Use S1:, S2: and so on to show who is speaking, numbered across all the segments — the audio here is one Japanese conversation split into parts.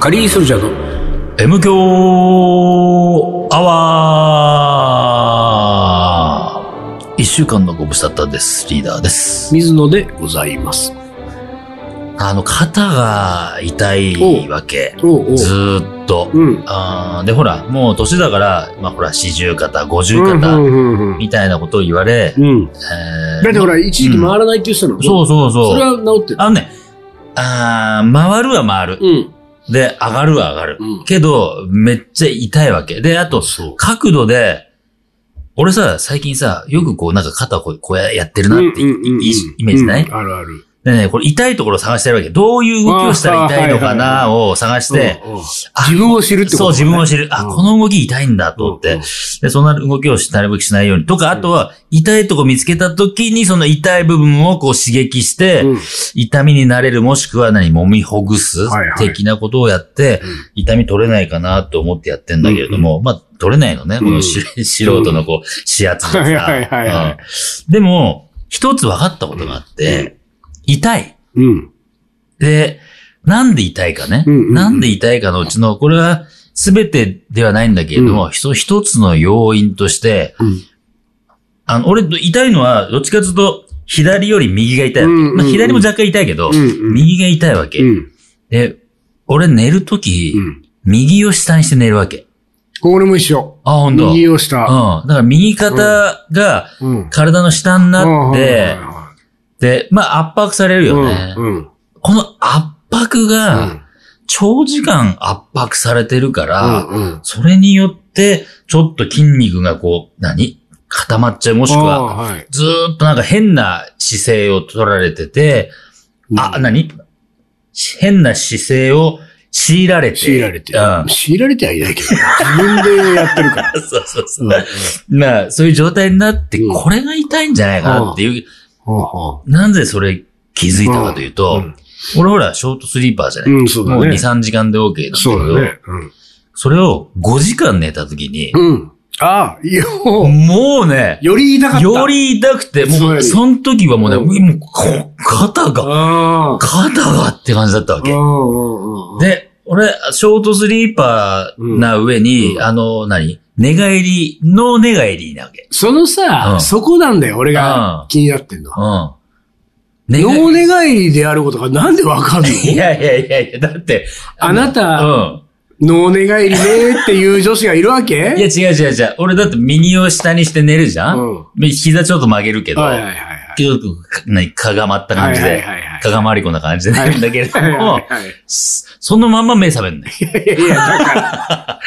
S1: カリーソルジャーの
S2: M 強アワー一週間のご無沙汰です。リーダーです。
S1: 水野でございます。
S2: あの、肩が痛いわけ。
S1: おうおう。
S2: ずーっと。
S1: うん。
S2: あーで、ほら、もう年だから、まあほら、四十肩、五十
S1: うんう
S2: 肩、
S1: んうんうん
S2: みたいなことを言われ、
S1: うん。
S2: えー
S1: だってほら、一時期回らないって言ってたの。
S2: そうそ
S1: そ
S2: うそう。
S1: れは治ってる。
S2: あのね、あー回るは回る。
S1: うん。
S2: で、上がるは上がる。
S1: うん
S2: けど、めっちゃ痛いわけ。で、あと、
S1: そう
S2: 角度で、俺さ、最近さ、よくこう、なんか肩をこうこうやってるなって
S1: うんうんうん
S2: イイメージない
S1: うんあるある。
S2: でね、これ痛いところを探してるわけ。どういう動きをしたら痛いのか
S1: あ
S2: なを探して、
S1: うんうん
S2: あ
S1: 自分を知るってこと
S2: そう、自分を知る。あ、
S1: うん
S2: この動き痛いんだと思っ
S1: う
S2: て
S1: ん。
S2: で、そんな動きをしなるべくしないように。とか、あとは、痛いとこ見つけた時に、その痛い部分をこう刺激して、
S1: うん
S2: 痛みになれる、もしくは何、揉みほぐす
S1: はいはい
S2: 的なことをやって、痛み取れないかなと思ってやってんだけれども、まあ、取れないのね。こ
S1: うん
S2: のし 素人のこう、視圧がさ
S1: はいはいはいはい
S2: うんでも、一つ分かったことがあって、痛い。
S1: うん。
S2: で、なんで痛いかね。
S1: うんうんうん
S2: なんで痛いかのうちの、これは全てではないんだけれども、ひと一つの要因として、
S1: うん。
S2: あの、俺、痛いのは、どっちかというと、左より右が痛いわけ。
S1: うんうんうん
S2: まあ、左も若干痛いけど、
S1: うんうん
S2: 右が痛いわけ。
S1: うん。
S2: で、俺寝るとき、
S1: うん。
S2: 右を下にして寝るわけ。
S1: これも一緒。
S2: あ、本当。
S1: 右を下。
S2: うん。だから右肩が
S1: うん。
S2: 体の下になって、で、まあ圧迫される
S1: うん
S2: よ
S1: うん
S2: ね。
S1: うん。
S2: この圧迫
S1: うん
S2: が長時間圧迫されてるから、
S1: うん。
S2: それによってちょっと筋肉がこう、何固まっちゃう。も
S1: も
S2: しくは、
S1: はい。
S2: ずーっとなんか変な姿勢を取られてて、あ、
S1: うん
S2: 何変な姿勢を強いられて。
S1: 強いられて
S2: う
S1: る
S2: ん。。
S1: 強いられてはいないけど、自分でやってるから。
S2: そうそうそうう。
S1: んうん
S2: まあ、そういう状態になって、
S1: うん
S2: これが痛いんじゃないかなっていう、
S1: は
S2: なぜそれ気づいたかという
S1: あ
S2: と、
S1: は
S2: 俺ほら、ショートスリーパーじゃな
S1: あ。
S2: い、
S1: うん、そう
S2: もう
S1: だ
S2: 2、
S1: ね。
S2: 3時間で OK なんだけど、
S1: そうだね。
S2: それを5時間寝た時に、
S1: うん。うん。ああ、よ、
S2: もうね、
S1: より痛かった。
S2: よ、り痛くて、
S1: そ
S2: も
S1: う
S2: う、
S1: や
S2: その時はもうね、
S1: うん
S2: もうこ肩が、
S1: ああ。
S2: 肩がって感じだったわ
S1: う
S2: け。
S1: んうんうん。
S2: で、俺、ショートスリーパーな上に、
S1: うん
S2: あの、何寝返り、の寝返りなわけ。
S1: その
S2: う
S1: さ、
S2: ん
S1: そこなんだよ、俺
S2: う
S1: が
S2: ん
S1: 気になってんのは。
S2: うん。寝返り
S1: 脳寝返りであることがなんでわかんの
S2: いやいやいやいや、だって。
S1: あなた
S2: うん。
S1: 脳寝返りねっていう女子がいるわけ
S2: いや、違う違う違う。俺だって右を下にして寝るじゃん、
S1: うん
S2: で膝ちょっと曲げるけど、
S1: はいはいはいはい。
S2: ちょっとか、何、かがまった感じで、
S1: はいはいはいはい
S2: かがまりこな感じで寝るんだけれども、
S1: はいはいはい
S2: そそのまんま目覚めるんだよ。
S1: いやいや、だから、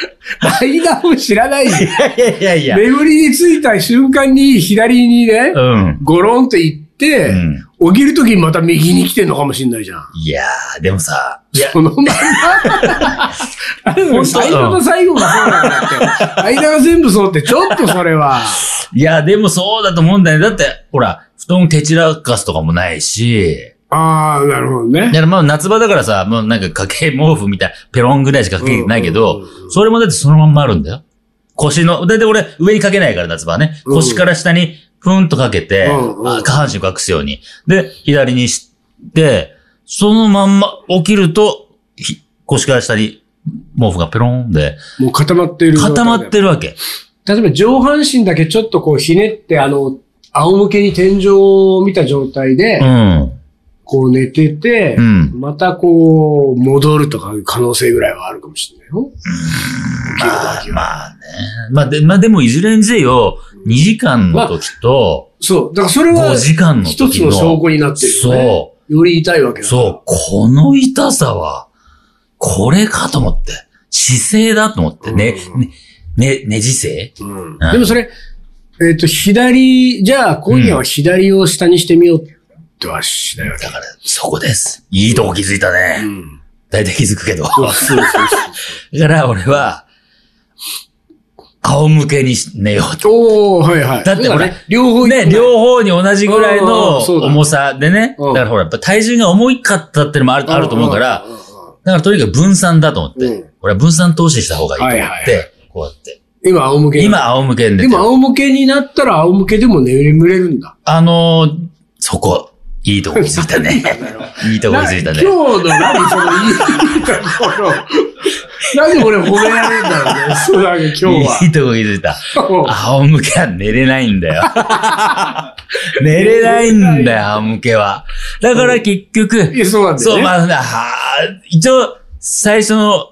S1: 間を知らないし、
S2: いやいやいや。
S1: 眠りについた瞬間に左にね
S2: う、ん。
S1: ゴロンと行っ
S2: う
S1: て、
S2: ん。
S1: 起きるときにまた右に来てんのかもしんないじゃん。
S2: いやー、でもさ、いや、
S1: そのまんま。あれだよ
S2: 本当
S1: 最後の最後がそうなんだって。間が全部そうって、ちょっとそれは。
S2: いや、でもそうだと思うんだよ。だって、ほら、布団蹴散らかすとかもないし、
S1: ああ、なるほど ね
S2: だ。からまあ夏場だからさ、もうなんか掛け毛布みたいな、ペロンぐらいしか掛けてないけど、
S1: うんうんうんうん
S2: それもだってそのまんまあるんだよ。腰の、だいたい俺上に掛けないから夏場はね、
S1: うん
S2: 腰から下にふんとかけて、
S1: うんうん
S2: あ下半身を隠すように。で、左にして、そのまんま起きると、ひ腰から下に毛布がペロンで
S1: もう固まってる。
S2: 固まっ。てるわけ。
S1: 例えば上半身だけちょっとこうひねって、あの、仰向けに天井を見た状態で、
S2: うん。
S1: こう寝てて、
S2: うん
S1: またこう戻るとかいう可能性ぐらいはあるかもしれないよ。
S2: まあ、まあね。まあで、まあでもいずれにせよ、2時間の時と、
S1: そう。だからそれは
S2: 5時間の時
S1: 一
S2: の。
S1: つの証拠になってるよね。
S2: そう。
S1: う。より痛いわけだ。
S2: そう、この痛さは、これかと思って。姿勢だと思って。ね、
S1: うん
S2: ね、ね、ね姿勢
S1: う。ん。
S2: はい
S1: でもそれ、えっ、と、左、じゃあ今夜は左を下にしてみようってはしないわけ
S2: だ。から、そこです。いいとこ気づいた
S1: う
S2: ね。
S1: ん。
S2: 大体気づくけど。だ
S1: そ
S2: か
S1: うそうそう
S2: ら、俺は、仰向けにし寝ようと。
S1: そう。おー、はいはい。
S2: だって俺
S1: から両方
S2: ね、両方に同じぐらい
S1: うんうん
S2: の
S1: うんそうだ
S2: 重さでね。
S1: うん
S2: だからほら、やっぱ体重が重いかったってのもあるあると思うから、
S1: んんん
S2: だからとにかく分散だと思って。
S1: うん
S2: 俺は分散投資した方がいいと思
S1: は
S2: っ
S1: いはい
S2: て、こうやって。
S1: 今、仰向けに。
S2: 今、仰向けに寝て
S1: で
S2: る。
S1: も、仰向けになったら、仰向けでも眠れるんだ。
S2: あのー、そこ、い いとこ気づいたね。いいとこ気づいた
S1: な今
S2: ね。
S1: 日の何、その、いいところ。なんで俺褒められるんだろうね。そうだね、今日
S2: い。
S1: はい
S2: とこ気づいた。
S1: そう
S2: 仰向けは寝れないんだ よ。寝れないんだよ、仰向けは。だから結
S1: い
S2: 局、
S1: や、そうなんだよ、ね。
S2: そう、まあ、は一応、最初の、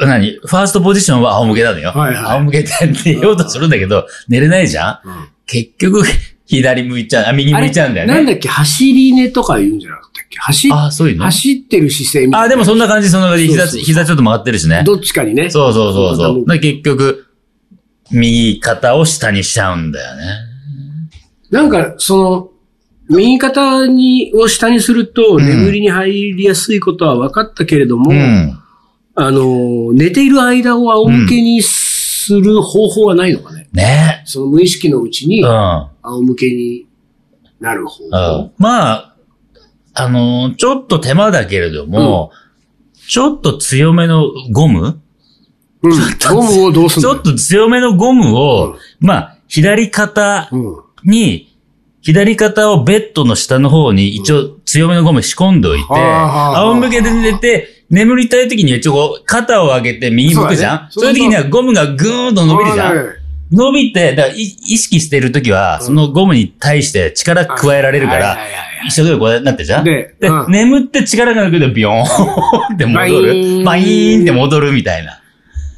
S2: 何ファーストポジションは仰向けなのよ。
S1: はいはい
S2: 仰向けって寝ようとするんだけど、寝れないじゃ
S1: う
S2: ん
S1: ん
S2: 結局、左向いちゃう、あ、右
S1: あ
S2: 向
S1: れ
S2: いちゃうんだよ
S1: なん
S2: ね。
S1: だっけ、走り寝とか言うんじゃなかったっけ走っ
S2: あ、そういうの
S1: 走ってる姿勢みた
S2: あ、
S1: い
S2: でもそんな感じ、そんな感じ。
S1: そうそう
S2: 膝、
S1: そう
S2: 膝ちょっと曲がってるしね
S1: な。。どっちかにね。
S2: そうそうそう
S1: そう
S2: そ。
S1: そうう
S2: だから結局、右肩を下にしちゃうんだよね。
S1: なんか、その、右肩に、を下にすると、
S2: ん
S1: 眠りに入りやすいことは分かったけれども、
S2: うん。
S1: あの、寝ている間を仰向けにする方法はないのかね。
S2: ね
S1: その無意識のうちに
S2: う、ん。
S1: 仰向けになる方
S2: うん
S1: 法。
S2: まあ、あのーちょっと手間だけれども、ちょっと強めのゴム
S1: うん。ゴムをどうす
S2: ち
S1: る
S2: ょっと強めのゴムを、まあ、左肩
S1: うん。
S2: に、左肩をベッドの下の方に一応強めのゴム仕込んでおいて、
S1: はあはあ
S2: 仰向けで寝て、眠りたい時には一応こう肩を上げて右向くじゃん
S1: そ
S2: そ
S1: だ
S2: う
S1: ね
S2: ういう時にはゴムがぐーんと伸びるじゃ
S1: あ
S2: ん
S1: ー
S2: 伸びて、だからい意識してるときは、そのゴムに対して力加えられるか
S1: はいはい
S2: ら、
S1: はいはい
S2: 一緒でこうなってるじゃん
S1: でうん
S2: 眠って力が抜けてビヨーンって戻
S1: バイーン
S2: る。バイーンって戻るみたいな。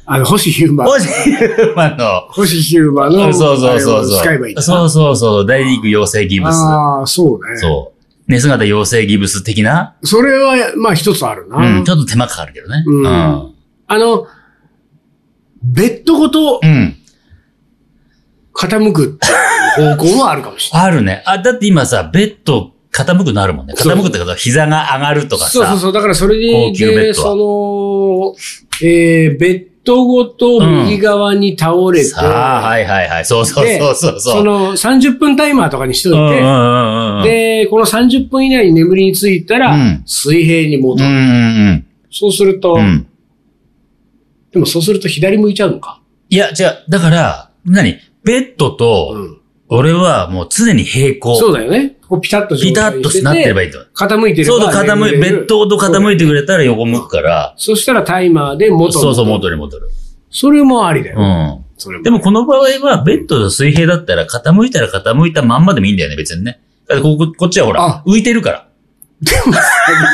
S1: あの、星ヒューマン。
S2: もし、あの、
S1: 星ヒューマン
S2: う
S1: の、
S2: んそうそう
S1: あ
S2: そ
S1: れ
S2: う
S1: を
S2: そ
S1: 使えばいいんだ
S2: う。そうそうそう、大リーグ養成ギブス。
S1: ああ、そうね。
S2: そう。寝姿養成ギブス的な。
S1: それは、まあ一つあるな。
S2: うん、ちょっと手間かかるけどね。
S1: うん
S2: うん。
S1: あの、ベッドごと
S2: うん。
S1: 傾くっていう方向もあるかもしれ
S2: あるね。あ、だって今さ、ベッド傾くのあるもんね。傾くってことは膝が上がるとか
S1: ない。
S2: さ。
S1: そうそうそう。だからそれで、
S2: 高級ベッドは
S1: その、えー、ベッドごと右側に倒れて、
S2: さあ、はいはいはい。そうそう
S1: で
S2: そうそう。
S1: その30分タイマーとかにしと
S2: うんう
S1: い
S2: ん
S1: て、
S2: うんうん。
S1: で、この30分以内に眠りについたら、
S2: うん
S1: 水平に
S2: うん
S1: 戻
S2: う
S1: る。
S2: ん
S1: そうすると、
S2: うん。うん。
S1: でもそうすると左向いちゃうのか。
S2: いや、じゃあ、だから、何ベッド
S1: う
S2: と、
S1: ん、
S2: 俺はもう常に平行。
S1: そうだよね。こうピタッと
S2: ピタッとなってれば
S1: いい。
S2: いいと。
S1: 傾いてれば
S2: そうと傾い、ベッドと傾いてくれたら横向くから、
S1: そしたらタイマーで元
S2: そうそう、元に戻る。
S1: それもありだよ。
S2: うん。
S1: それ
S2: でもこの場合は、ベッドの水平だったら、傾いたら傾いたまんまでもいいんだよね、別にね。だってこここっちはほ
S1: あ
S2: ら、浮いてるか
S1: でも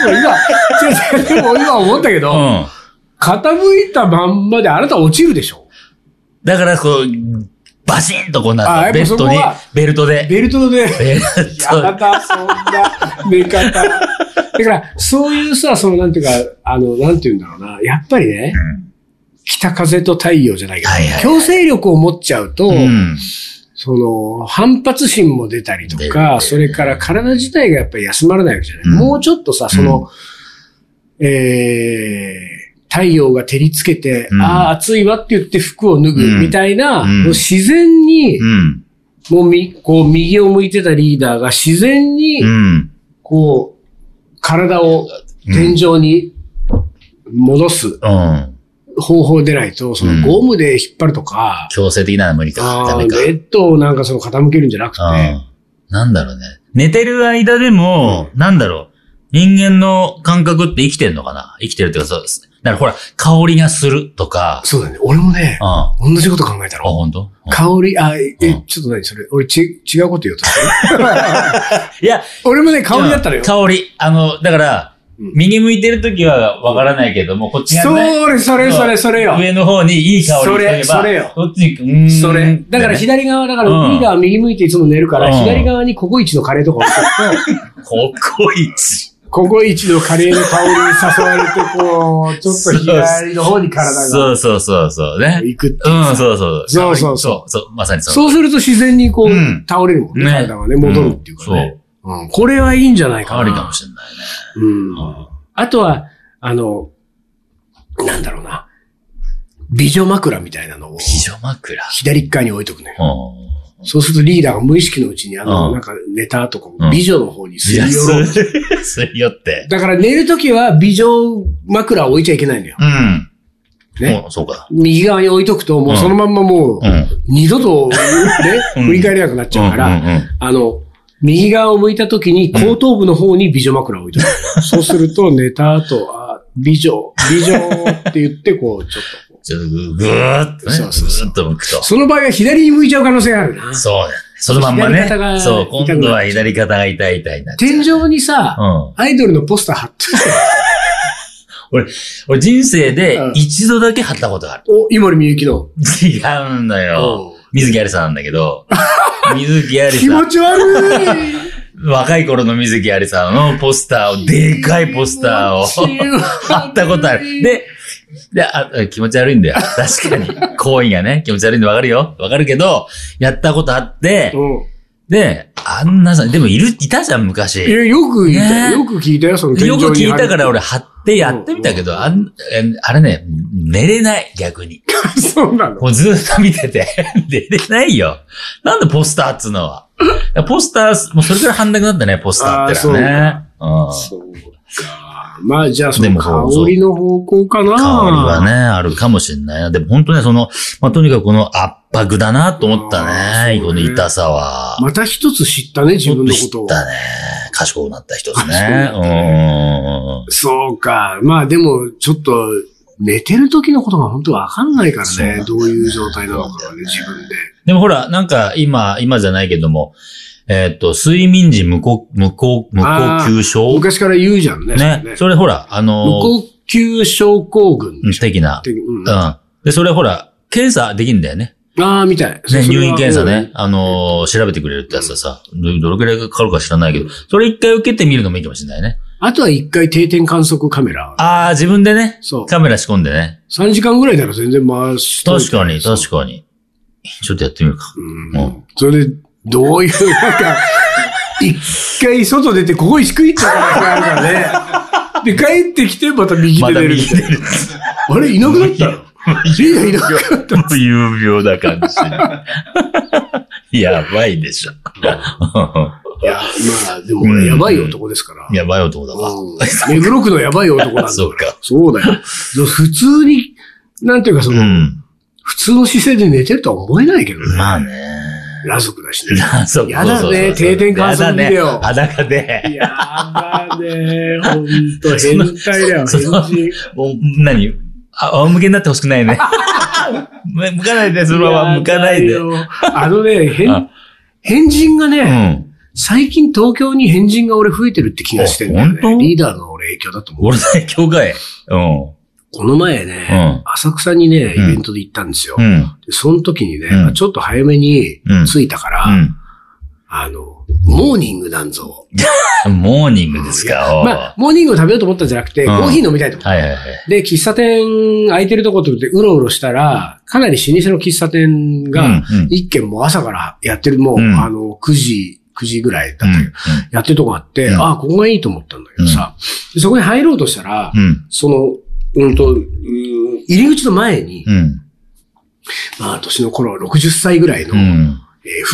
S1: 今、違う違うで も今思ったけ
S2: ら。
S1: ど、
S2: うん。
S1: 傾いたまんまであなた落ちるでしょ
S2: だから、こう、バシンとこう
S1: あ
S2: な
S1: や
S2: っ、
S1: って
S2: ベ
S1: ぱそ
S2: ッ
S1: こ
S2: ドに
S1: は、
S2: ベルトで。
S1: ベルトで。
S2: ベ
S1: や
S2: ルト
S1: だ、そんな寝方。だから、そういうさ、そのなんていうか、あの、なんていうんだろうな。やっぱりね、北風と太陽じゃないけど、
S2: はいはいはい
S1: 強制力を持っちゃうと、
S2: うん。
S1: その、反発心も出たりと
S2: 出る
S1: か、それから体自体がやっぱり休まらないわけじゃない。
S2: うん
S1: もうちょっとさ、その、えー、太陽が照りつけて、
S2: うん
S1: ああ、暑いわって言って服を脱
S2: う
S1: ぐ
S2: ん
S1: みたいな、
S2: うん
S1: もう自然に、
S2: うん。
S1: もうみ、こう、右を向いてたリーダーが自然に、
S2: うん。
S1: こう、体を天井に戻す
S2: うん。
S1: 方法でないと、そうの
S2: ん
S1: ゴムで引っ張るとか、
S2: 強制的なのは無理か。
S1: あ
S2: ダ
S1: あ
S2: メか。
S1: ベッドをなんかその傾けるんじゃなくて、
S2: うん。なんだろうね。寝てる間でも、なんだろう。人間の感覚って生きてんのかな生きてるっていうかそうです。だからほら、香りがするとか。
S1: そうだね。俺もね
S2: うん。、あ、
S1: 同じこと考えたの。
S2: ほんと
S1: 香り、あ、え、
S2: う
S1: え
S2: ん
S1: ちょっと何それ。俺ち、違うこと言おうとして る
S2: いや、
S1: 俺もね、香りだったのよ。
S2: 香り。あの、だから、
S1: うん
S2: 右向いてるときはわからないけども、こっちが
S1: そ
S2: ね、
S1: れ、それ、それ、それよ。
S2: 上の方にいい香り
S1: それ
S2: といえば
S1: それよ
S2: こっちに、うーん。
S1: それ。だから
S2: ね
S1: 左側、だから
S2: うん
S1: リーダーは右向いていつも寝るから、
S2: うん
S1: 左側にココイチのカレーとか置いてる
S2: ここ一。
S1: と、ココイチのカレーの香りに誘われて、こう、ちょっと左の方に体が
S2: そうそうそうそうね。
S1: 行くっていう
S2: う
S1: さ
S2: ん、そうそう。
S1: そうそう
S2: そう。そう、まさにそう。
S1: そうすると自然にこう、
S2: うん
S1: 倒れるもんね。
S2: ね
S1: 体がね、戻るっていうか
S2: ん
S1: ね。うんこれはいいんじゃない
S2: そう。
S1: かな。
S2: ありかもしれないね。
S1: うん。あとは、あの、なんだろうな。美女枕みたいなのを
S2: 非常枕。
S1: 左側に置いとくのよ。
S2: うん。
S1: そうするとリーダーが無意識のうちに、あの、
S2: うん
S1: なんか寝た後、こう
S2: うん
S1: 美女の方にす
S2: い
S1: り
S2: や、
S1: 寄ろう。
S2: すり寄って。
S1: だから寝るときは美女枕を置いちゃいけないのよ。
S2: うん。
S1: ね
S2: おそうか。
S1: 右側に置いとくと、もうそのまんまもう
S2: う、ん。
S1: 二度と、ね、
S2: うん
S1: 振り返れなくなっちゃうから、
S2: うんうんうん
S1: あの、 右側を向いたときに後頭部の方に美女枕を置いてある。そうすると寝た後、あ美女、美女って言って、こう、ちょっとこ
S2: ちょっとぐぐーっとね、ぐ
S1: そうそうそう
S2: ーっと向くと
S1: う。。その場合は左に向いちゃう可能性があるな。
S2: そうだ。そのまんまね
S1: 左肩が。
S2: そう、今度は左肩が痛い痛いになっちゃう
S1: 天井にさ、
S2: うん。
S1: アイドルのポスター貼って
S2: 俺人生で
S1: うん
S2: 一度だけ貼ったことがある。
S1: お、井森美幸の。
S2: 違うんだよ。水木有沙なんだけ ど。水木有
S1: 気
S2: 沙
S1: 持。ち悪い
S2: 若い頃の水木有沙のポスターを、 でかいポスターを
S1: 気持ち悪い
S2: 貼ったことある。で、であ気持ち悪いん だよ。確かに。行為がね、気持ち悪いんでわかるよ。わかるけど、やったことあって、
S1: うん
S2: で、あんなさ、でもいる、いたじゃん、昔。
S1: いや、よく聞いた
S2: ね
S1: よ。よく聞いたよ、その天井
S2: よ
S1: に
S2: く
S1: 貼る
S2: 聞いたから。俺貼ってやってみたけど、あんえあれね、寝れない、逆に。
S1: そうなの。
S2: もうずっと見て て、寝れないよ。なんでポスターっつうのは。ポスター、もうそれから半なくなったね、ポスターってのはね。うん
S1: そうか。まあ、じゃあ、そ
S2: で
S1: の
S2: もそうそう
S1: 香りの方向かな。
S2: 香りはね、あるかもしれないな。でも本当ね、その、まあ、とにかくこの圧迫だなと思った
S1: あ
S2: ね。
S1: ーそ
S2: こ
S1: う
S2: の
S1: ね
S2: 痛さは。
S1: また一つ知ったね、自分のこ
S2: ち
S1: と
S2: ょっ
S1: を
S2: 知っ。たね。賢くなった人です
S1: 賢くなった
S2: ね。
S1: そうか。まあ、でも、ちょっと、寝てる時のことが本当わかんないから
S2: そうなんだ
S1: ね。
S2: よね
S1: どういう状態なのかはね、自分で。
S2: でもほら、なんか今、今じゃないけども、えーっと、睡眠時無呼、無呼、無呼吸症
S1: 昔から言うじゃんね。
S2: ね
S1: ね
S2: それほら、あ
S1: 無
S2: のー、
S1: 呼吸症候群
S2: うん的な
S1: っ。てうん
S2: うん。で、それほら、検査できんだよね。
S1: ああ、みたい。そ
S2: ね、
S1: それ
S2: 入
S1: は
S2: 院検査
S1: うん
S2: ね。あのー、調べてくれるってやつはさ、どどれくらいかかるか知らないけど、それ一回受けてみるのもいいかもしれないね。
S1: あとは一回定点観測カメラ。
S2: あー、自分でね、
S1: そう。
S2: カメラ仕込んでね。
S1: 3時間ぐらいなら全然回しとい
S2: 確
S1: て
S2: かに、確かに。ちょっとやってみるか。
S1: うん
S2: うん
S1: それで、どういう、なんか、 一回外出て、ここにしくいっちゃう可能性があ るからね。で、帰ってきて、また右
S2: ま
S1: 手
S2: た
S1: 出る
S2: 右
S1: みたいな。
S2: 出る。
S1: あれ、いなくなったのリーダーいなくなった
S2: ちょっと有病な感 じ。やばいでしょ。
S1: いや、まあ、でも俺、やばい男ですから。
S2: やばい男だわ。
S1: うん目黒区のやばい男なんだ
S2: そうか。
S1: そうだよ。そう普通に、なんていうかそうの、
S2: ん。
S1: 普通の姿勢で寝てるとは思えないけどね。
S2: まあね。
S1: 裸族だしね。
S2: そう
S1: やだね
S2: そうそうそう
S1: 定点観測ビデオ
S2: やだね裸で。
S1: やだねほんと、変態だよ、
S2: そ
S1: 変
S2: の
S1: 人。
S2: もう何あ、仰向けになってほしくないね。向かないで、そのまま向かないで。
S1: や
S2: う
S1: だよあのね、変
S2: あ、
S1: 変人がね、
S2: ん。
S1: 最近東京に変人が俺増えてるって気がしてるんだよね
S2: あ本当
S1: リーダーの俺影響だと思う。
S2: 俺の影響かい。うん。
S1: この前
S2: う
S1: ね、
S2: ん。
S1: 浅草にね、イ
S2: うん
S1: ベントで行ったんですよ。
S2: うん。
S1: でその時にね、
S2: うん
S1: ちょっと早めに
S2: うん
S1: 着いたから、あの、モーニングなんぞ。
S2: うん。モーニングですか。おう
S1: まあ、モーニングを食べようと思ったんじゃなくて、
S2: うん
S1: コーヒー飲みたいと思った。
S2: はいはいはい。
S1: で、喫茶店空いてるとこと思ってうろうろしたら、かなり老舗の喫茶店が、
S2: うんうん
S1: 一軒もう朝からやってる、もう、
S2: うん
S1: あの、9時、9時ぐらいだったけど、やってるとこがあって、
S2: うん
S1: ああ、ここがいいと思ったんだけどさ、でそこに入ろうとしたら、
S2: うん。うん。
S1: その、うんと、うーん入り口の前に、
S2: うん。
S1: まあ、年の頃60歳ぐらいの、
S2: うん。
S1: えー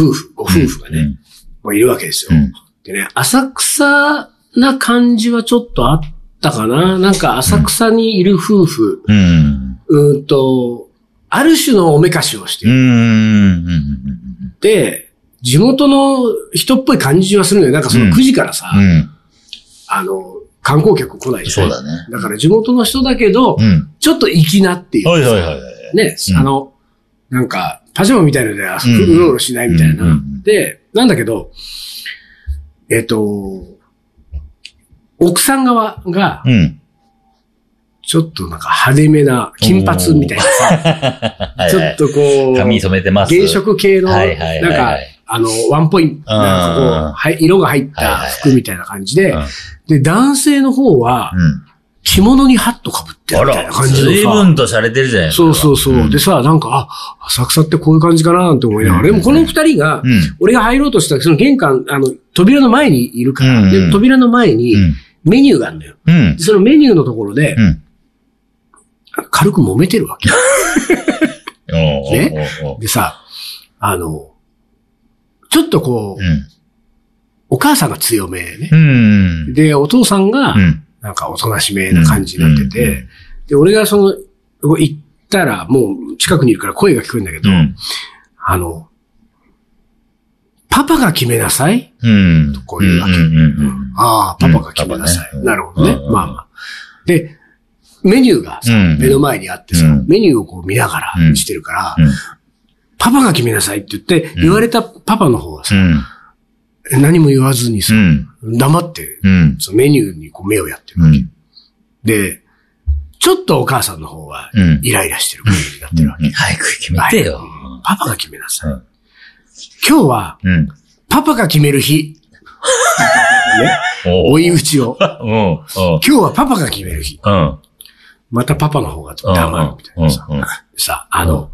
S1: 夫婦、ご夫婦がね、まあ、いるわけです
S2: う
S1: よ。
S2: ん。
S1: でね、浅草な感じはちょっとあったかな。なんか浅草にいる夫婦、
S2: うん。
S1: うーんと、ある種のおめかしをして
S2: う
S1: い
S2: ん。
S1: て、地元の人っぽい感じはするのよ。なんかその
S2: うん
S1: 9時からさ、
S2: うん。
S1: あの、観光客来ないじゃ
S2: そ
S1: な
S2: う
S1: い
S2: だね。
S1: だから地元の人だけど、
S2: うん。
S1: ちょっと粋なっていう。
S2: はいはいはい。
S1: ね、
S2: うん
S1: あの、なんか、パジャマみたいので、あ
S2: うん
S1: うろうろしないみたいな。
S2: うんうん
S1: で、なんだけど、えっと、奥さん側が、
S2: うん。
S1: ちょっとなんか派手めな、金髪みたいなさ、
S2: はい
S1: ちょっとこう、
S2: 髪染めてます。
S1: 原色系の、
S2: は
S1: ない
S2: はいはい
S1: ん
S2: は
S1: か
S2: い、
S1: あの、ワンポイント、なんかこ
S2: うん
S1: うはい、色が入った服みたいな感じで
S2: はいはい、
S1: で、男性の方は
S2: う、ん。
S1: 着物にハットかぶってる
S2: あ
S1: みたいな
S2: ら、
S1: 感じの
S2: 随
S1: さ、
S2: 分と洒落てるじゃない
S1: そうそうそう。
S2: うん
S1: でさ、なんか、あ、浅草ってこういう感じかななんて思いながら。でもこの二人が、
S2: うん。
S1: 俺が入ろうとした、その玄関、あの、扉の前にいるから、
S2: うん
S1: で、扉の前に
S2: うん。
S1: メニューがあるのよ。
S2: うん
S1: で。そのメニューのところで、
S2: うん。
S1: 軽く揉めてるわけ。
S2: お
S1: でさ、あの、ちょっとこう、
S2: うん。
S1: お母さんが強めね
S2: う。ん。
S1: で、お父さんが
S2: う、ん。
S1: なんかおとなしめな感じになってて、で、俺がその、行ったら、もう近くにいるから声が聞こえるんだけ
S2: う
S1: ど、
S2: ん。
S1: あの、パパが決めなさい
S2: うん。
S1: こういうわけ
S2: うん。うん。
S1: ああ、パパが決めなさい。
S2: うんパパねうん
S1: なるほどね。
S2: うん
S1: まあまあ。で、メニューがさ、
S2: うん
S1: 目の前にあってさ、
S2: うん
S1: メニューをこう見なが
S2: う
S1: ら
S2: ん
S1: してるから、
S2: うん
S1: パパが決めなさいって言って、
S2: うん
S1: 言われたパパの方は
S2: う
S1: さ、
S2: ん。
S1: 何も言わずに
S2: う
S1: さ、
S2: ん。
S1: 黙って、
S2: うん。
S1: そのメニューにこう目をやってる
S2: う
S1: わけ。
S2: ん。
S1: で、ちょっとお母さんの方は
S2: うん
S1: イライラしてる感じになってるわけ。
S2: 早く決めてよ。
S1: パパが決めなさい。
S2: うん
S1: 今日は、
S2: うん。
S1: パパが決める日。
S2: お
S1: 追い打ちを。
S2: おうおう
S1: 今日はパパが決める日。
S2: うん。
S1: またパパの方が
S2: うん。
S1: 黙るみたいなさ。
S2: うんうん
S1: さ、あの、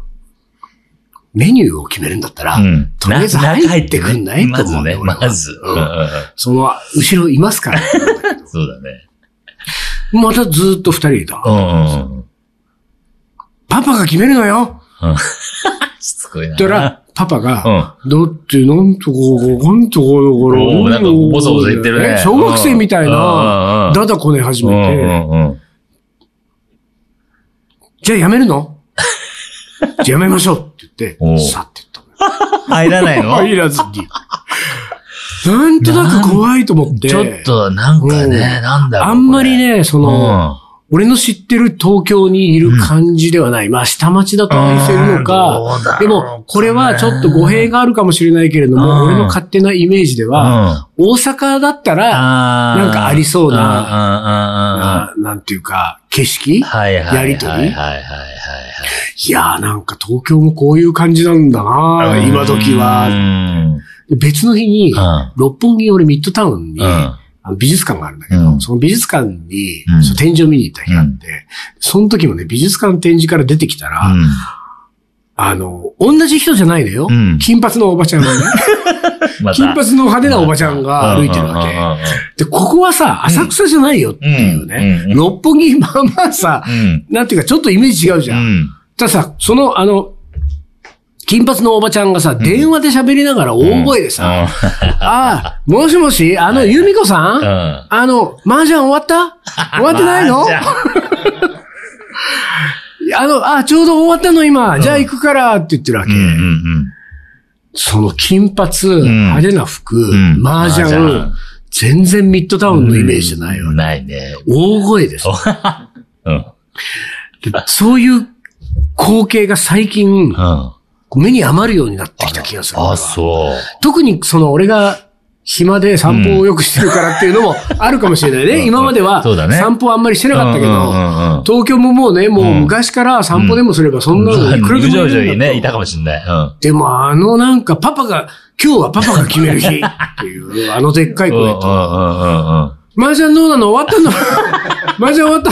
S1: メニューを決めるんだったら、
S2: うん。
S1: とりあえず
S2: な中
S1: 入ってくんない
S2: ま
S1: と
S2: ず
S1: 思う
S2: ね、
S1: 俺は
S2: まず。
S1: うん
S2: うんうんうん
S1: その後ろいます から。
S2: そうだね。
S1: またずーっと二人いた。
S2: うんうんうん。
S1: パパが決めるのよ
S2: しつこいな。
S1: って言ったら、パパが、
S2: うん。
S1: だって、なんとこう、なんとこうだから、
S2: おーなんかボソボソ言ってるね。
S1: 小学生みたいな、
S2: な
S1: だだこね始
S2: うんう
S1: めて、
S2: んうん。
S1: じゃあやめる のじゃあやめましょうって言
S2: お
S1: っ
S2: う
S1: て、さって言っ
S2: 入らない
S1: たの。入
S2: の
S1: らずに。なんとなく怖いと思って。
S2: ちょっと、なんかね、
S1: う
S2: なんだろう。
S1: あんまりね、そ
S2: これ、うん。
S1: の、俺の知ってる東京にいる感じではない。まあ、下町だと見せるのか、
S2: うん、どうだろう
S1: でも、これはちょっと語弊があるかもしれないけれど
S2: うん
S1: も、俺の勝手なイメージでは、
S2: あ
S1: 大阪だったら、
S2: な
S1: なんかありそうな
S2: な、
S1: ななんていうか、景色
S2: はいはい。
S1: やりとり
S2: はいはいはいはい。
S1: いやーなんか東京もこういう感じなんだな今時
S2: う
S1: は。
S2: ん。
S1: で別の日に
S2: う、ん。
S1: 六本木に俺ミッドタウンに、
S2: うん。
S1: あの美術館があるんだけ
S2: う
S1: ど、
S2: ん
S1: その美術館に
S2: う、ん
S1: その展示を見に行った日があって、その時もね、美術館の展示から出てきたら、あの、同じ人じゃないのよ。
S2: うん
S1: 金髪のおばちゃん がね。
S2: また
S1: 金髪の派手なおばちゃんが歩いてるわけ。で、ここはさ、浅草じゃないよっていうね。
S2: うんうん
S1: 六本木、まあまあさ、
S2: け。うん。
S1: なんていうか、ちょっとイメージ違うじ
S2: う
S1: ゃん。
S2: ん。
S1: たださ、その、あの、金髪のおばちゃんがさ、電話で喋りながら大声でさ、ああ、もしもし、あの、由美子さ
S2: うんん。
S1: あの、麻雀終わった終わってないの
S2: まあじゃあ
S1: あの、あ、ちょうど終わったの今、じゃあ行くからって言ってるわ
S2: う
S1: け
S2: ん。うん
S1: その金髪、
S2: ん
S1: 派手な服、
S2: ん
S1: 麻雀、
S2: 麻
S1: 全然ミッドタウ
S2: うん。
S1: ンのイメージじゃないよ。
S2: ないね。
S1: 大声です。
S2: うん。
S1: でそういう光景が最近
S2: う、ん。
S1: 目に余るようになってきた気がする。
S2: あ、そう。
S1: 特にその俺が暇で散歩をよくしてるからっていうのもあるかもしれないね。
S2: うん
S1: 今までは
S2: そうだね
S1: 散歩あんまりしてなかったけど、
S2: うんうんうん
S1: 東京ももうね、もう昔から散歩でもすればそんなのいくらでもい
S2: 陸上女
S1: る
S2: に
S1: んだと
S2: ね、いたかもしんない。うん。
S1: でもあのなんかパパが、今日はパパが決める日っていう、あのでっかい
S2: うんうんう
S1: 声
S2: ん
S1: と。
S2: うんうん。
S1: 麻雀どうなの終わった の麻雀終わっ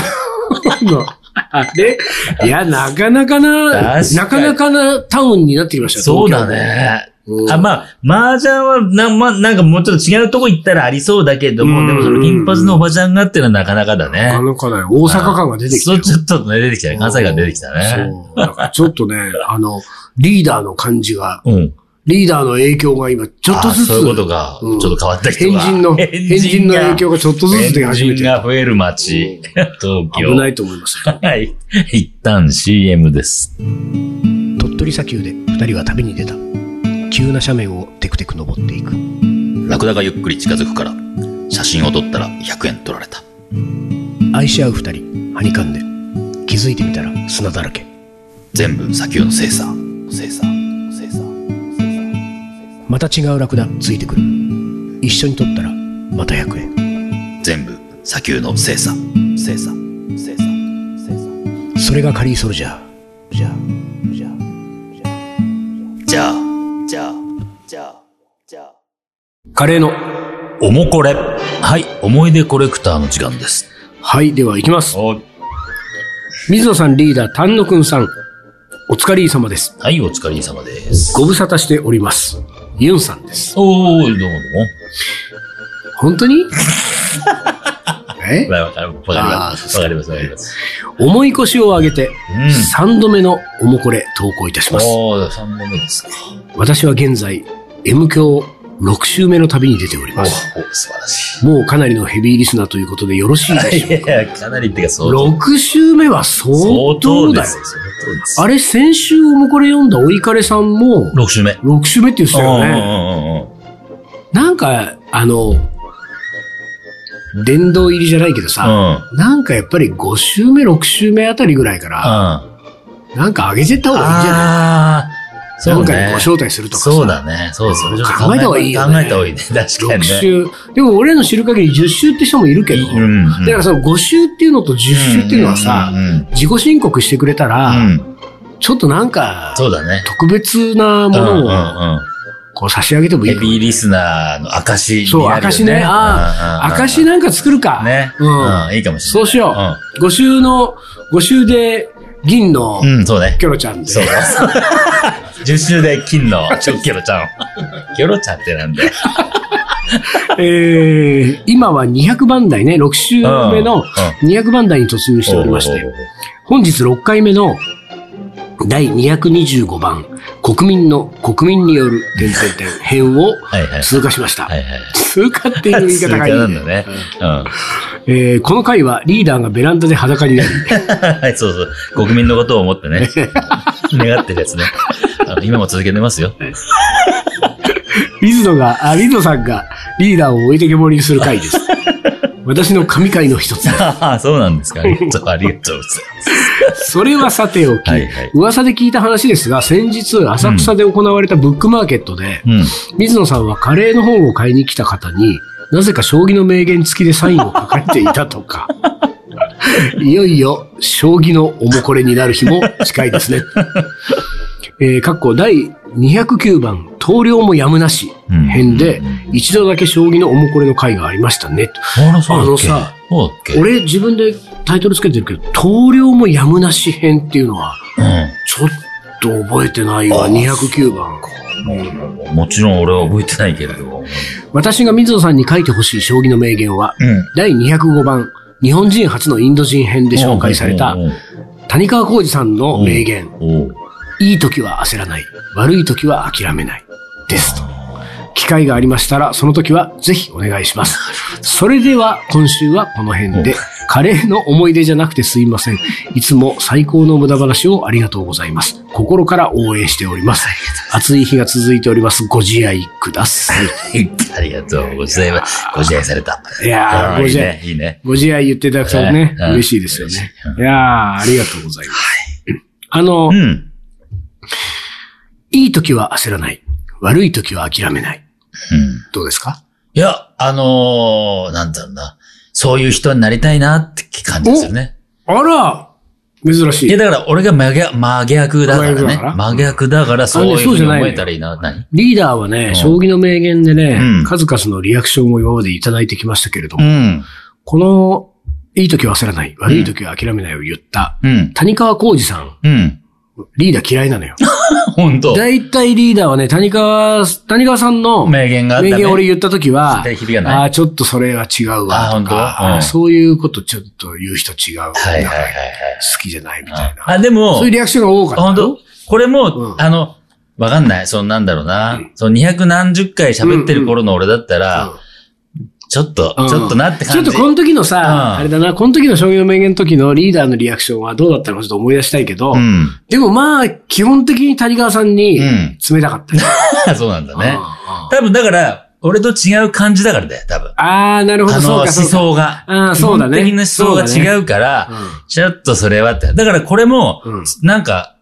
S1: たので、いや、なかなかな、
S2: 確かに
S1: なかなかなタウンになってきましたよ
S2: そうだ。ね。
S1: うん
S2: あ、まあ、麻雀はな、まあ、なんかもうちょっと違うとこ行ったらありそうだけど
S1: う
S2: も、
S1: ん
S2: でもその金髪のおばちゃんがっていうのはなかなかだ
S1: 東京
S2: ね
S1: な。のかな大阪感が出てきた
S2: そう、
S1: よ。
S2: ちょっとね、出てきたね。関西が出てきたね。
S1: そう。だからちょっ とね、あの、リーダーの感じが、
S2: うん。
S1: リーダーの影響が今、ちょっと
S2: あ
S1: ずつ、
S2: そういうことが、ち
S1: う
S2: ょ
S1: ん
S2: っと変わった人
S1: 変
S2: が。
S1: 人の、
S2: 変
S1: 変
S2: 人が
S1: 人の影響がちょっとずつ出始め
S2: 変
S1: て
S2: 人
S1: る。
S2: が増える街、東京。
S1: 危ないと思います。
S2: はい。一旦 CM です。
S1: 鳥取砂丘で二人は旅に出た。急な斜面をテクテク登っていく。
S3: ラクダがゆっくり近づくから写真を撮ったら100円取られた
S1: 愛し合う二人、はにかんで。気づいてみたら砂だらけ。
S3: 全部砂丘の精査精査精査
S1: また違うラクダついてくる一緒に取ったらまた100円
S3: 全部砂丘の精査精査精査精査
S1: それがカリーソルジャーじゃあじゃあ
S3: じゃあじゃあじゃあじゃあ
S1: カレーの
S2: おもこれ。はい。思い出コレクターの時間です。
S1: はいでは行きます
S2: は
S1: 水野さんリーダー丹野くんさんお疲れ様です
S2: い。お疲れ様です。
S1: ご無沙汰しておりますユンさんです
S2: おー、どうも
S1: 本当 にえ
S2: どうも。わかります。わかります。わかります。
S1: 重い腰を上げて
S2: うん
S1: 3度目のおもこれ投稿いたします
S2: おー、3本目ですか。
S1: 私は現在 M 響6週目の旅に出ており
S2: お
S1: ます
S2: 素晴らし
S1: もうかなりのヘビーリスナーということでよろしいでしょうか
S2: い。いや、かなりってか、相当。
S1: 6週目は相
S2: 相
S1: 当
S2: 当で
S1: だよ
S2: す。。相当です。
S1: あれ、先週おもこれ読んだおいかれさんも、
S2: 6週目。う
S1: 6週目って言ってたよね。
S2: んうんうんうん。
S1: なんか、あの、殿堂入りじゃないけど
S2: う
S1: さ、
S2: ん。
S1: なんかやっぱり5週目、6週目あたりぐらいか
S2: うん。
S1: ら、
S2: あ
S1: なんか上げてった方がいいんじゃない
S2: あー、そ
S1: な
S2: うん
S1: かに
S2: ね
S1: ご。招待するとかさ。
S2: そうだね。そうそう。
S1: 考えた方がいいよね
S2: 考えた方がいいね。確か
S1: 6
S2: にね。
S1: 週。でも俺の知る限り10週って人もいるけど、
S2: うん。
S1: だからその5週っていうのと10週っていうのはさ、
S2: うんうん
S1: 自己申告してくれたら、
S2: うんうん。
S1: ちょっとなんか、
S2: そうだね。
S1: 特別なも
S2: うんう
S1: のを
S2: んうん。
S1: こう差し上げてもいい
S2: ヘ
S1: か
S2: ビーリスナーの証
S1: そう
S2: になるよね。
S1: 証ねあ
S2: うんうんうん
S1: 証なんか作るか。
S2: ね。
S1: うん
S2: うん。いいかもしれ
S1: そ
S2: な
S1: う
S2: い。
S1: しよう。5週の、5週で銀の
S2: うん。うん、そうね。
S1: キョロちゃんで。
S2: そう だ。10周で金の、ちょ、キョロちゃん。キョロちゃんってなんだよ。
S1: えー今は200番台ね、6週目
S2: うん
S1: の200番台に突入しておりまして、本日6回目の第225番、国民の国民による点々点編を
S2: はいはい。
S1: 通過しました。
S2: はいはい。
S1: 通過っていう言い方がいい
S2: 通過
S1: ね、
S2: なんだね。うん。
S1: えーこの回はリーダーがベランダで裸 になり、
S2: はい、そうそう。国民のことを思っ てね。願ってるやつね。あの今も続けてま すよ。
S1: 水野が、あ、水野さんがリーダーを置いてけぼりにする回 です。私の神回の一つ。
S2: ああ、そうなんですか。ありがとう、ありがとうございます。
S1: それはさておき、
S2: はいはい
S1: 噂で聞いた話ですが、先日浅草で行われたブックマーケットで、
S2: うん。
S1: 水野さんはカレーの本を買いに来た方に、なぜか将棋の名言付きでサインを書かれていたと か。いよいよ、将棋のおもこれになる日も近いです ね。えー、かっこ第209番、投了もやむなし、
S2: うん
S1: 編で
S2: うんうん、
S1: 一度だけ将棋のおもこれの回がありましたね。
S2: あら、そうだっけ
S1: あのさ
S2: そうだっけ
S1: 俺自分でタイトルつけてるけど、投了もやむなし編っていうのは、ちょっと覚えてないわ、
S2: あ
S1: 209番。
S2: うん。もちろん俺は覚えてないけれど。うん。
S1: 私が水野さんに書いてほしい将棋の名言は、第205番、日本人初のインド人編で紹介された
S2: うん、
S1: 谷川浩二さんの名言、
S2: おう
S1: いい時は焦らない、悪い時は諦めない、ですと。機会がありましたら、その時はぜひお願いします。それでは、今週はこの辺で、カレーの思い出じゃなくてすいません。いつも最高の無駄話をありがとうございます。心から応援しております。暑い日が続いております。ご自愛ください。
S2: はい ありがとうございます。ご自愛された。
S1: いやー
S2: うん
S1: ご自
S2: いい
S1: 愛
S2: ね。いいね。
S1: ご自愛言っていただくとね、
S2: はい
S1: 嬉しいですよね
S2: うん。
S1: いやー、ありがとうございます。あの
S2: う、ん。
S1: いい時は焦らない。悪い時は諦めない。
S2: うん。
S1: どうですか
S2: いや、あのー、なんだろうな。そういう人になりたいなって感じですよね。
S1: あら、珍し
S2: いや、
S1: い。
S2: だから俺が真逆真逆だから
S1: 真逆だ
S2: ね
S1: から。
S2: 真逆だからそういう
S1: あねそう
S2: ふう
S1: じ
S2: に
S1: ゃない
S2: 思えたらいいな。何
S1: リーダーはね、将棋の名言でね
S2: うん、
S1: 数々のリアクションを今までいただいてきましたけれど
S2: う
S1: も、
S2: ん。
S1: この、いい時は焦らない。悪い時は諦めないを言った。
S2: うん。
S1: 谷川浩二さん、
S2: うん。
S1: リーダー嫌いなのよ。
S2: 本当
S1: だいたいリーダーはね、谷川、谷川さんの名
S2: 名言があったね。
S1: 言を俺言った時は、
S2: 絶対響かない。
S1: ああ、ちょっとそれは違うわ
S2: あー
S1: とか、
S2: 本当うん
S1: あーそういうことちょっと言う人違うわ。
S2: はいはいはい
S1: 好きじゃないみた
S2: はいい。
S1: な。
S2: あ、でも
S1: そういう、リアクションが多かった。
S2: 本当これ
S1: う
S2: も、
S1: ん
S2: あの、わかんない。そのなんだろうな。その200何十回喋ってる頃の俺だったら、ちょっと
S1: うん、
S2: ちょっとなって
S1: ちょ
S2: 感
S1: っ
S2: じ。
S1: とこの時のさ、
S2: うん
S1: あれだな、この時の商業名言の時のリーダーのリアクションはどうだったのかちょっと思い出したいけど、
S2: うん。
S1: でもまあ、基本的に谷川さんに
S2: うん
S1: 冷たかったね。
S2: そうなんだ
S1: うんうん
S2: ね。多分だから、俺と違う感じだからだよ、多分。
S1: ああ、なるほど、
S2: あの、
S1: そう
S2: 思
S1: か、そうか。
S2: 想が。
S1: あーそうだね
S2: 基本的な思想が違うから、ちょっとそれはって。だからこれも、
S1: うん
S2: なんか、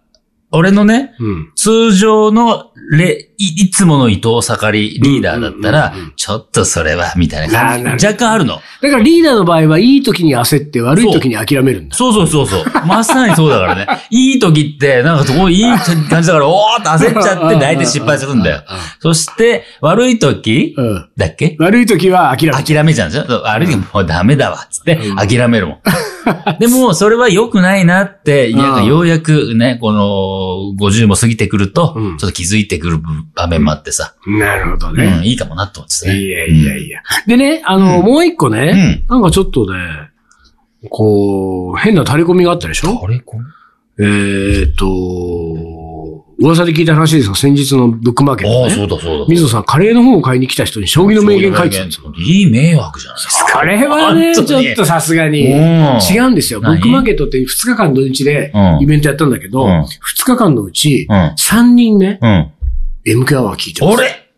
S2: 俺のね、
S1: うんうん
S2: 通常のれい、いつもの伊藤盛りリーダーだったら、
S1: うんうんうんうん
S2: ちょっとそれは、みたいな
S1: あーなる
S2: 感
S1: ほ
S2: じ。
S1: ど
S2: 若干あるの。
S1: だからリーダーの場合はいい時に焦って悪い時に諦めるんだ。
S2: そうそうそうそう。まさにそうだからね。 いい時って、なんかすごいいい感じだから、おーっと焦っちゃって大体失敗するんだよ。そして、悪い時
S1: うん。うん
S2: だっけ
S1: 悪い時は諦める。
S2: 諦めちゃうんですよ。あれでもうダメだわ、つって
S1: うん、
S2: 諦める もん。でも、それは良くないなって、
S1: うん
S2: なんかようやくね、この、50も過ぎてくると、
S1: う
S2: ちょ
S1: ん
S2: っと気づいてくる場面もあってさ、
S1: なるほど
S2: う
S1: ね。
S2: ん、いいかもなと思ってたね。
S1: いやいやいや。でね、あの、
S2: うん
S1: もう一個
S2: う
S1: ね、
S2: ん。
S1: なんかちょっとね、こう、変な垂れ込みがあったでしょ
S2: あれこれ
S1: えーっと、噂で聞いた話ですが、先日のブックマーケッ
S2: ああ、
S1: ト
S2: そ
S1: ね。
S2: うだそうだ。
S1: 水野さん、カレーの本を買いに来た人に将棋の名言書いてたんですよ。
S2: いい迷惑じゃないですか。
S1: カレーはね、ち
S2: 本当
S1: ょ
S2: に
S1: っとさすがに。
S2: 違
S1: 違うんですよ。ブ
S2: 何
S1: ックマーケットって2日間土日で
S2: うん
S1: イベントやったんだけど、
S2: うん
S1: 2日間のうち
S2: うん。
S1: 3人ね、
S2: うん。
S1: MK アワー聞いてます。
S2: 俺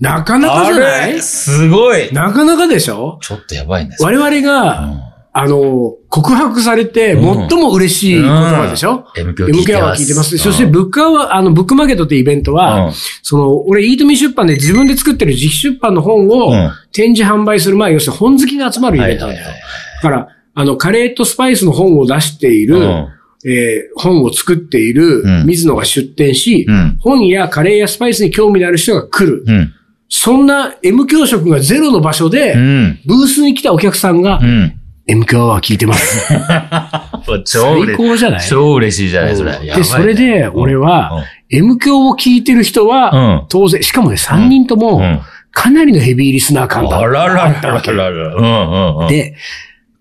S1: なかなか
S2: あ
S1: じゃない
S2: れすごい
S1: なかなかでしょ
S2: ちょっとやばいね。
S1: 我々が、あの、告白されて、
S2: うん
S1: 最も嬉しい言葉でしょ、
S2: うん ?M 響
S1: m k は聞いてます。そして、ブックアワー、あの、ブックマーケットってイベントは、
S2: うん
S1: その、俺、イートミー出版で自分で作ってる自費出版の本を
S2: うん
S1: 展示販売する前、要するに本好きが集まるイ
S2: は
S1: ベ
S2: い
S1: ント
S2: は
S1: なん
S2: い
S1: だ
S2: は
S1: よ。
S2: い。
S1: だから、あの、カレーとスパイスの本を出している、
S2: うん
S1: えー本を作っている
S2: うん
S1: 水野が出店し、
S2: うん
S1: 本やカレーやスパイスに興味のある人が来る。
S2: うん。
S1: そんな M 教職がゼロの場所で、
S2: うん。
S1: ブースに来たお客さんが、
S2: うん。
S1: M 教は聞いて ます。
S2: 超嬉
S1: 最高じゃない
S2: 超嬉しいじゃない、それ。やばい
S1: で、
S2: ね
S1: それで、俺、は、M 教を聞いてる人
S2: うん
S1: は、
S2: うん。
S1: 当然、しかもね、3人と
S2: う
S1: も、
S2: ん
S1: かなりのヘビーリスナー感だ
S2: あらららららら。うんうんうん。
S1: で、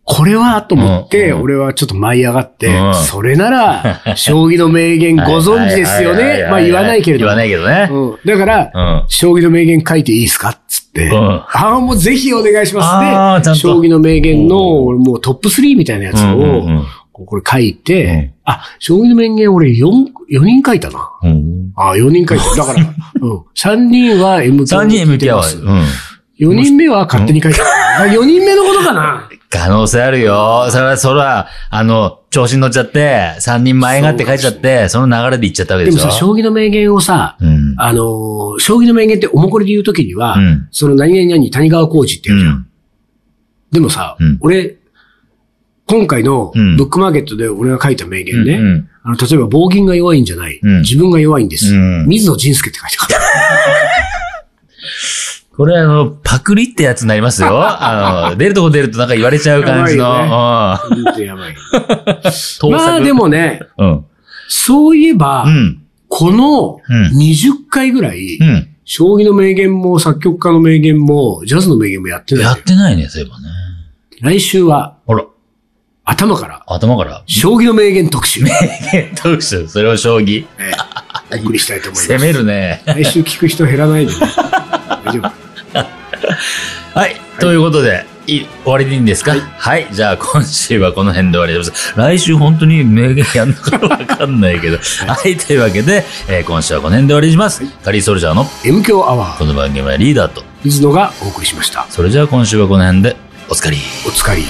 S1: これはと思って、
S2: うんうん
S1: 俺はちょっと舞い上がって
S2: うん、
S1: それなら、将棋の名言ご存知ですよね。まあ言わないけれど
S2: 言わ
S1: も。
S2: ないけどね。
S1: うんだから
S2: う、ん。
S1: 将棋の名言書いていいですかっつって。
S2: うん
S1: ああ、もうぜひお願いし
S2: あ
S1: ま
S2: ーち
S1: す
S2: ゃ
S1: ね。
S2: んと
S1: 将棋の名言の、俺もうトップ3みたいなやつ
S2: うんうん
S1: を、これ書いて
S2: ん、
S1: あ、将棋の名言俺4、4人書いたな。
S2: うん。
S1: ああ、4人書いた。だから、 うん。3人は MK。
S2: 3人 MT は、うん。
S1: 4人目は勝手に書いた。4人目のことか な
S2: 可能性あるよ。そら、そら、あの、調子に乗っちゃって、3人前がって書いちゃって、その流れで行っちゃったわけ
S1: で
S2: でし
S1: も
S2: ょ。
S1: さ、将棋の名言をさ、
S2: うん。
S1: あのー将棋の名言っておもこりで言うときには、
S2: うん
S1: その何々何々谷川浩二って
S2: う
S1: 言うじゃん。
S2: ん。
S1: でもさ、
S2: うん
S1: 俺、今回の
S2: うん
S1: ブックマーケットで俺が書いた名言ね、
S2: うん
S1: あの例えば暴銀が弱いんじゃない、
S2: うん
S1: 自分が弱いんです。
S2: うん
S1: 水野仁介って書いて ある。
S2: これ、あの、パクリってやつになりますよ。あの、出るとこ出るとなんか言われちゃう感じの。
S1: やばい
S2: うん
S1: ほんとやばい。
S2: 盗作
S1: まあでもね、
S2: うん。
S1: そういえば、
S2: うん。
S1: この
S2: うん
S1: 20回ぐらい、
S2: うん。
S1: 将棋の名言も作曲家の名言もジャズの名言もやって
S2: や
S1: ない
S2: っ。てないね、そういえばね。
S1: 来週は
S2: ほら、
S1: 頭から
S2: 頭から。
S1: 将棋の名言特集。
S2: どうしたそれを将棋。
S1: ええお送りしたいと思い
S2: 攻
S1: ます。
S2: めるね。
S1: 来週聞く人減らない でね。大丈夫。
S2: はい。ということで、いい、終わりでいいんですかはい。じゃあ、今週はこの辺で終わりでございます。来週本当に名言やんのかわかんないけど。はい。というわけで、えー今週はこの辺で終わりにします。カリーソルジャーの
S1: M 強アワー
S2: こ、の番組はリーダーと。
S1: 水野がお送りしました。
S2: それじゃあ、今週はこの辺で、お疲れ。
S1: お疲れ。